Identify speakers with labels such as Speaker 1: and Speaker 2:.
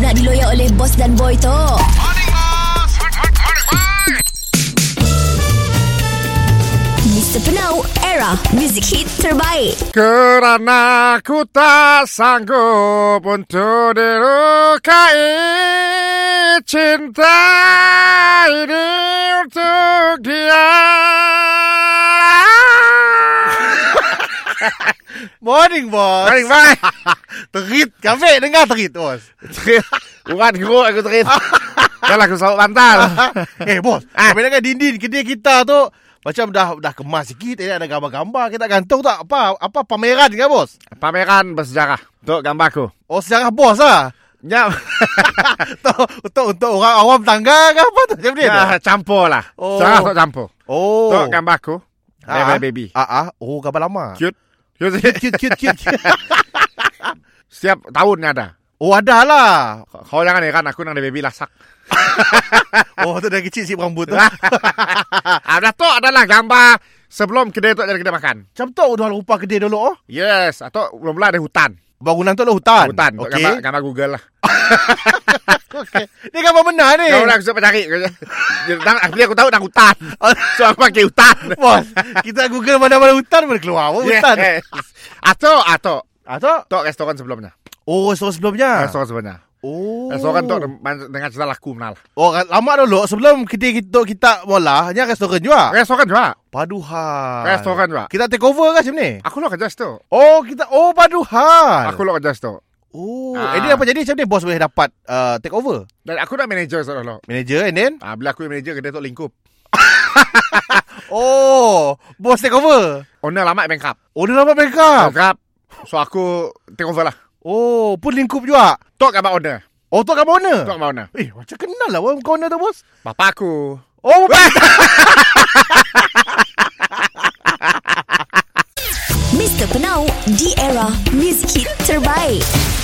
Speaker 1: oleh Boss dan Boy tu. Mr. Penau, era music hit terbaik.
Speaker 2: Kerana ku tak sanggup untuk dilukai Cinta ini untuk dia
Speaker 3: Morning, boss.
Speaker 2: Baik, baik
Speaker 3: Terit. Kafe dengar terit, bos.
Speaker 2: Bukan geruk aku teris Kau lagu sauk bantal
Speaker 3: eh, bos.
Speaker 2: Ah.
Speaker 3: Kami dengar dinding kita kita tu macam dah dah kemas sikit, eh, ada gambar-gambar kita gantung tak apa apa pameran kan, bos?
Speaker 2: Pameran bersejarah Untuk gambarku
Speaker 3: Oh, sejarah bos lah.
Speaker 2: Ya,
Speaker 3: untuk, untuk, untuk orang awam tangga ke apa tu? Macam ni
Speaker 2: ya campur lah
Speaker 3: Oh.
Speaker 2: Sejarah untuk campur
Speaker 3: Oh.
Speaker 2: Untuk gambarku Bye-bye baby
Speaker 3: Ah, ah. Oh, gambar lama.
Speaker 2: Cute
Speaker 3: Cute, cute, cute. cute.
Speaker 2: Setiap tahun ada
Speaker 3: oh, ada lah.
Speaker 2: Kau jangan heran aku nang ada baby lasak
Speaker 3: Oh, tu dah kecil si rambut
Speaker 2: Lah.
Speaker 3: tu.
Speaker 2: Ada tu adalah gambar sebelum kedai tu jadi kedai makan.
Speaker 3: Macam tu dah lupa kedai dulu, oh.
Speaker 2: Yes, atau mula-mula ada hutan.
Speaker 3: Bangunan tu lah hutan.
Speaker 2: Hutan. Okay.
Speaker 3: Okey.
Speaker 2: Gambar, gambar Google lah.
Speaker 3: Okey. Ni gambar benar ni.
Speaker 2: Kau orang susah cari. Nang, akhirnya aku tahu nang hutan. So aku pakai hutan.
Speaker 3: Bos, kita Google mana-mana hutan boleh keluar. Oh, hutan.
Speaker 2: Yes. Atau, atau.
Speaker 3: Atau
Speaker 2: Tok restoran sebelumnya.
Speaker 3: oh restoran sebelumnya.
Speaker 2: Restoran sebelumnya.
Speaker 3: Oh.
Speaker 2: Restoran tok dengan dengan cerita laku menal.
Speaker 3: Oh, lama dulu sebelum kita kita kita bola, hanya restoran juga.
Speaker 2: Restoran juga.
Speaker 3: Paduhan.
Speaker 2: Restoran juga.
Speaker 3: Kita take over ke macam ni?
Speaker 2: Aku lo kerja situ.
Speaker 3: Oh, kita oh paduhan.
Speaker 2: Aku lo kerja situ.
Speaker 3: oh,
Speaker 2: Ah.
Speaker 3: and then apa jadi macam ni bos boleh dapat uh, take over.
Speaker 2: Dan aku dah manager seorang lo.
Speaker 3: Manager and then
Speaker 2: Ah, bila aku manager kedai tok lingkup.
Speaker 3: oh, bos take over.
Speaker 2: Owner lama bankrupt.
Speaker 3: Oh, dia dapat backup.
Speaker 2: Bankrupt. So aku take over lah.
Speaker 3: Oh, pun lingkup juga.
Speaker 2: Tok gambar owner.
Speaker 3: Oh, tu kat
Speaker 2: Tok
Speaker 3: mana?
Speaker 2: gambar owner.
Speaker 3: Eh, macam kenal lah orang corner tu bos.
Speaker 2: Bapak aku.
Speaker 3: Oh,
Speaker 1: Mr. Penau, di era music hit terbaik.